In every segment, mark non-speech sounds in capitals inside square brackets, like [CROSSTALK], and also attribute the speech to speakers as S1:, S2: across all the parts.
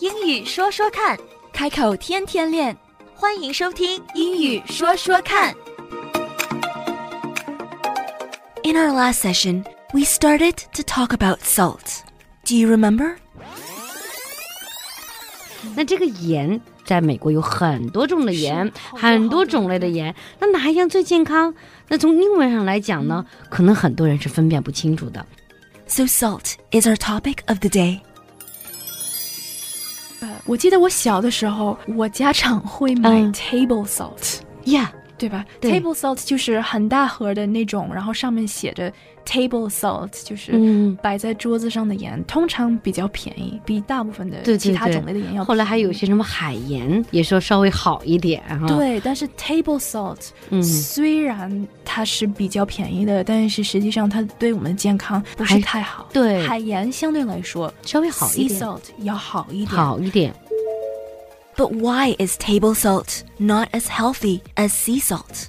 S1: 英语说说看，
S2: 开口天天练，
S1: 欢迎收听《
S2: 英语说说看》。In our last session, we started to talk about salt. Do you remember?
S3: 那这个盐，在美国有很多种的盐，很多种类的盐。那哪一样最健康？那从英文上来讲呢，可能很多人是分辨不清楚的。
S2: So, salt is our topic of the day.
S4: 呃，我记得我小的时候，我家长会买
S3: 嗯
S4: table salt，、
S3: Yeah，
S4: 对吧
S3: 对
S4: t a b l e salt 就是很大盒的那种，然后上面写着 table salt，就是
S3: 嗯，
S4: 摆在桌子上的盐，通常比较便宜，比大部分的
S3: 对对
S4: 其他
S3: 对
S4: 种类的盐要便宜。
S3: 嗯后来还有些什么海盐，也说稍微好一点哈。，
S4: 对，但是 table salt、
S3: 嗯
S4: 虽然它是比较便宜的，但是实际上它对我们的健康不是
S3: 还
S4: 太好。
S3: 对
S4: 海盐相对来说
S3: 稍微好一
S4: sea
S3: 点，
S4: salt 要好一点。
S3: 好一点。
S2: But why is table salt not as healthy as sea salt?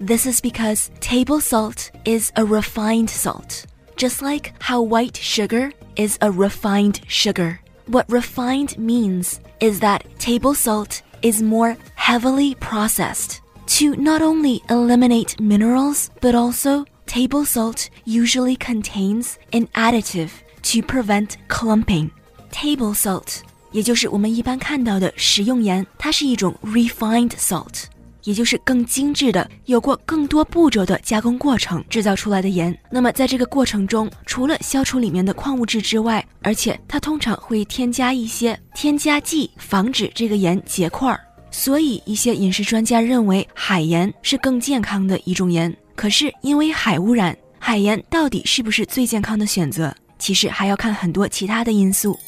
S2: This is because table salt is a refined salt, just like how white sugar is a refined sugar. What refined means is that table salt is more heavily processed. To not only eliminate minerals, but also table salt usually contains an additive to prevent clumping. Table salt 也就是我们一般看到的食用盐，它是一种 refined salt，也就是更精致的、有过更多步骤的加工过程制造出来的盐。那么在这个过程中，除了消除里面的矿物质之外，而且它通常会添加一些添加剂，防止这个盐结块儿。所以，一些饮食专家认为海盐是更健康的一种盐。可是，因为海污染，海盐到底是不是最健康的选择，其实还要看很多其他的因素。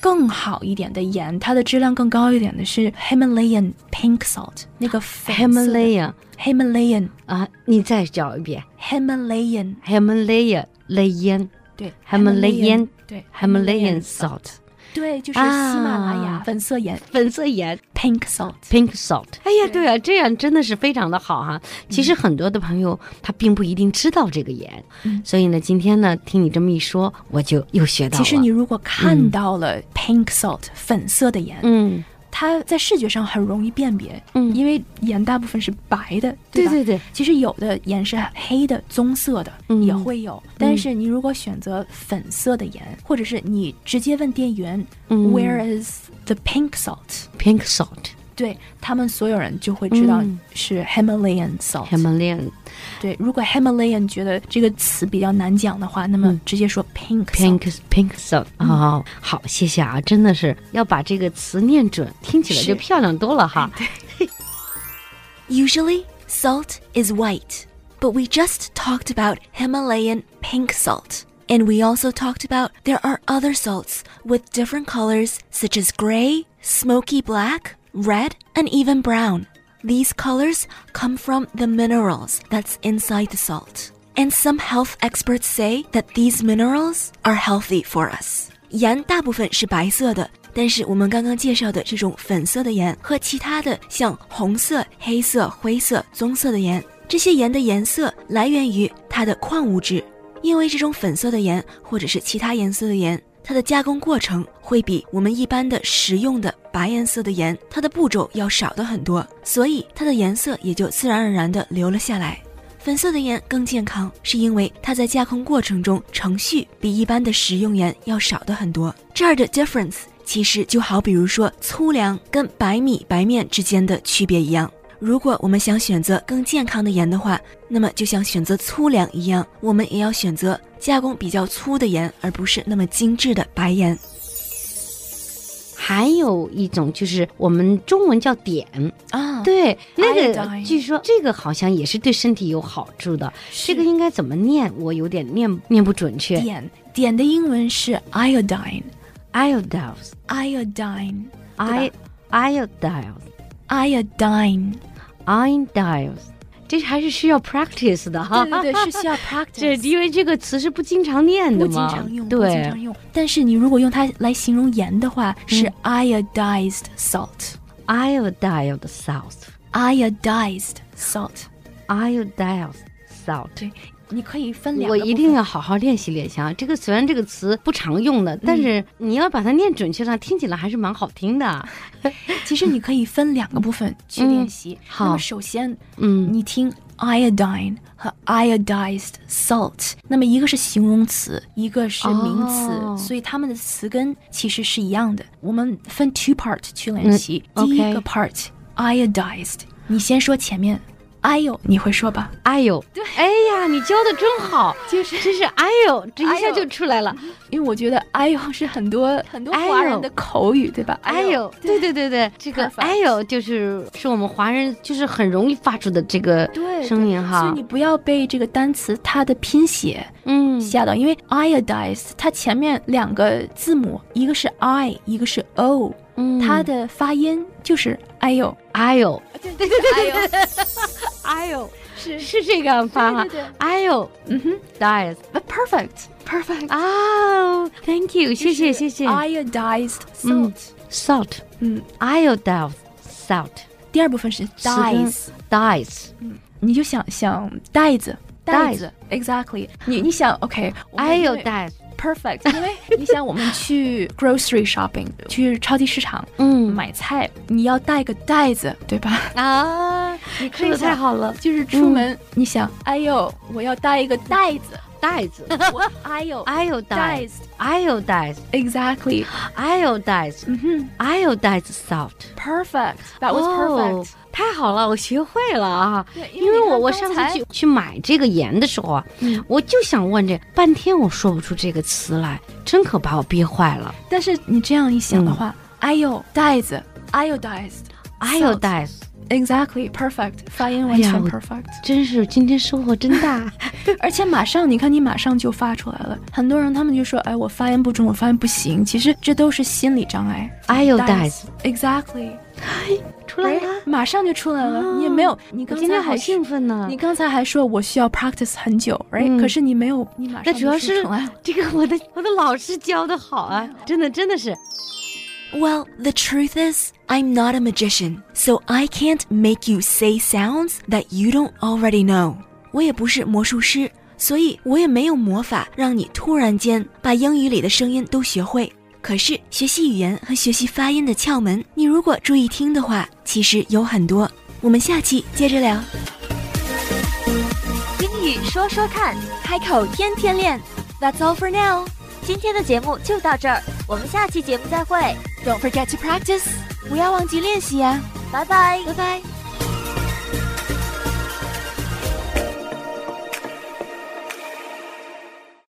S4: 更好一点的盐，它的质量更高一点的是 Himalayan pink salt，那个粉色的
S3: Himalaya
S4: Himalayan
S3: 啊，你再找一遍
S4: Himalayan
S3: Himalaya 雷烟
S4: 对
S3: Himalayan
S4: 对
S3: Himalayan salt
S4: 对，就是喜马拉雅
S3: 啊
S4: 粉色盐
S3: 粉色盐
S4: pink salt。
S3: pink salt。哎嗯呀，对啊，这样真的是非常的好哈、其实很多的朋友他并不一定知道这个盐，
S4: 嗯
S3: 所以呢，今天呢听你这么一说，我就又学到
S4: 其
S3: 了。
S4: 实你如果看到了 pink salt 粉色的盐，
S3: 嗯，
S4: 它在视觉上很容易辨别，
S3: 嗯
S4: 因为盐大部分是白的，
S3: 对
S4: 吧？
S3: 对对，
S4: 其实有的盐是黑的、棕色的，
S3: 嗯
S4: 也会有。但是你如果选择粉色的盐，或者是你直接问店员、
S2: Mm.
S3: 嗯
S4: Where is the pink salt？
S3: pink salt
S4: 对他们所有人就会知道
S3: 嗯
S4: 是 Himalayan salt。
S3: Himalayan
S4: 对，如果 Himalayan 觉得这个词比较难讲的话，那么
S3: 嗯
S4: 直接说 pink salt。
S3: pink pink salt
S4: 嗯
S3: 哦，好，谢谢啊，真的是要把这个词念准，听起来
S4: 是哎
S3: 就漂亮多了哈。
S2: Usually, salt is white, but we just talked about Himalayan pink salt. And we also talked about there are other salts with different colors, such as gray, smoky black, red, and even brown. These colors come from the minerals that's inside the salt. And some health experts say that these minerals are healthy for us. 盐大部分是白色的，但是我们刚刚介绍的这种粉色的盐和其他的像红色、黑色、灰色、棕色的盐，这些盐的颜色来源于它的矿物质。因为这种粉色的盐或者是其他颜色的盐，它的加工过程会比我们一般的食用的白颜色的盐，它的步骤要少的很多，所以它的颜色也就自然而然地留了下来。粉色的盐更健康，是因为它在加工过程中程序比一般的食用盐要少的很多。这儿的 difference 其实就好比如说粗粮跟白米白面之间的区别一样。如果我们想选择更健康的盐的话，那么就像选择粗粮一样，我们也要选择加工比较粗的盐，而不是那么精致的白盐。
S3: 还有一种就是我们中文叫碘，
S4: 啊，
S3: 对，那个
S4: Iodine
S3: 据说这个好像也是对身体有好处的。这个应该怎么念？我有点念念不准确。
S4: 碘碘的英文是 iodine，iodine，iodine
S3: iodines i iodines
S4: iodine，
S3: iodines，这还是需要 practice 的哈。
S4: 对对对，是需要 practice，
S3: [LAUGHS] 这因为这个词是不经常念的
S4: 不经
S3: 嘛，
S4: 常用，不经
S3: 嗯对
S4: 常用。但是你如果用它来形容盐的话，是
S3: 嗯
S4: iodized salt。
S3: ，iodine salt，iodine
S4: iodized salt，
S3: salt，
S4: 对，你可以分两
S3: 我
S4: 个部分。
S3: 一定要好好练习练习啊！这个虽然这个词不常用的，但是
S4: 嗯
S3: 你要把它念准确上，听起来还是蛮好听的。
S4: 其实你可以分两个
S3: [LAUGHS]
S4: 部分去练习。
S3: 嗯好
S4: 那么首先，
S3: 嗯
S4: 你听 iodine 和 iodized salt，那么一个是形容词，一个是名词，
S3: 哦
S4: 所以它们的词根其实是一样的。我们分 two part 去练习。
S3: 嗯
S4: 第一
S3: OK
S4: 个 part、iodized，你先说前面。哎呦，你会说吧？
S3: 哎呦，哎呀，你教的真
S4: [LAUGHS]
S3: 好，就是真是哎呦，这一
S4: 哎
S3: 下
S4: 呦
S3: 就出来了。
S4: 因为我觉得哎呦是很多很多华人的口语，对吧？
S3: 哎呦，对对对
S4: [LAUGHS]
S3: 对，这个
S4: Perfect
S3: 哎呦就是是我们华人就是很容易发出的这个
S4: 对
S3: 声音
S4: 所以
S3: 哈
S4: 你。不要被这个单词它的拼写
S3: 嗯，
S4: 吓到，因为 iodized 它前面两个字母，一个是 i，一个是 o，、
S3: 嗯
S4: 它的发音就是哎呦，
S3: 哎呦，
S4: 对对对对对，
S3: [LAUGHS] 哎呦
S4: [LAUGHS] 是
S3: 是这个发哈
S4: 对对对，
S3: 哎呦
S4: 嗯哼
S3: dies
S4: ，but perfect perfect，
S3: 啊，thank you，谢谢谢谢。
S4: iodized
S3: 嗯
S4: salt，
S3: salt，
S4: 嗯
S3: 哎呦 dies salt
S4: 第二部分是
S3: 词根
S4: dies，
S3: dies，
S4: 你就想想袋子。袋子，exactly 你。你想，OK，我们
S3: 哎呦
S4: 因为
S3: dies，
S4: perfect，因为你想，我们去
S3: [LAUGHS]
S4: grocery shopping，去超级市场
S3: 嗯
S4: 买菜，你要带个袋子，对吧？
S3: 啊，
S4: 你
S3: 这个太好了嗯
S4: 就是出门，你想，哎呦，我要带一个袋子，
S3: ，dies， [LAUGHS]
S4: 我哎呦，
S3: 哎呦 dies，
S4: 子
S3: 哎呦 dies，
S4: ，exactly，
S3: 哎呦 dies，
S4: 嗯哼
S3: 哎呦 dies salt。
S4: ，perfect，that was perfect，、
S3: 哦、太好了，我学会了啊！
S4: 对因为
S3: 因为
S4: 你
S3: 我
S4: 看
S3: 我
S4: 刚
S3: 上次
S4: 才嗯
S3: 去去买这个盐的时候啊，我就想问这半天，我说不出这个词来，真可把我憋坏了。
S4: 但是你这样一想的
S3: 嗯
S4: 话，哎呦，袋子，iodized，
S3: 哎呦
S4: Salt
S3: ，dies，
S4: exactly perfect，发音完
S3: 哎呀
S4: 全
S3: 我
S4: perfect，、
S3: 真是今天收获真
S4: [LAUGHS]
S3: 大。
S4: 而且马上你看你马上就发出来了，很多人他们就说，哎，我发音不准，我发音不行，其实这都是心理障碍。
S3: Iodized
S4: exactly，
S3: 出来
S4: 哎
S3: 了，
S4: 马上就出来了，你也没有，你
S3: 我啊
S4: 刚
S3: 哦今
S4: 才
S3: 天好
S4: 还
S3: 兴
S4: 是。
S3: 奋呢
S4: 你。刚才还说我需要 practice 很久，right？、
S3: 嗯
S4: 可是你没有，你马上
S3: 那主要
S4: 就说
S3: 是
S4: 出来了
S3: 这个我的我的老师教的好啊，真的真的是
S2: Well, the truth is, I'm not a magician, so I can't make you say sounds that you don't already know. 我也不是魔术师，所以我也没有魔法让你突然间把英语里的声音都学会。可是学习语言和学习发音的窍门，你如果注意听的话，其实有很多。我们下期接着聊。
S1: 英语说说看，开口天天练。That's all for now。今天的节目就到这儿，我们下期节目再会。
S2: Don't forget to practice，不要忘记练习呀、
S1: 啊拜拜。
S2: 拜拜。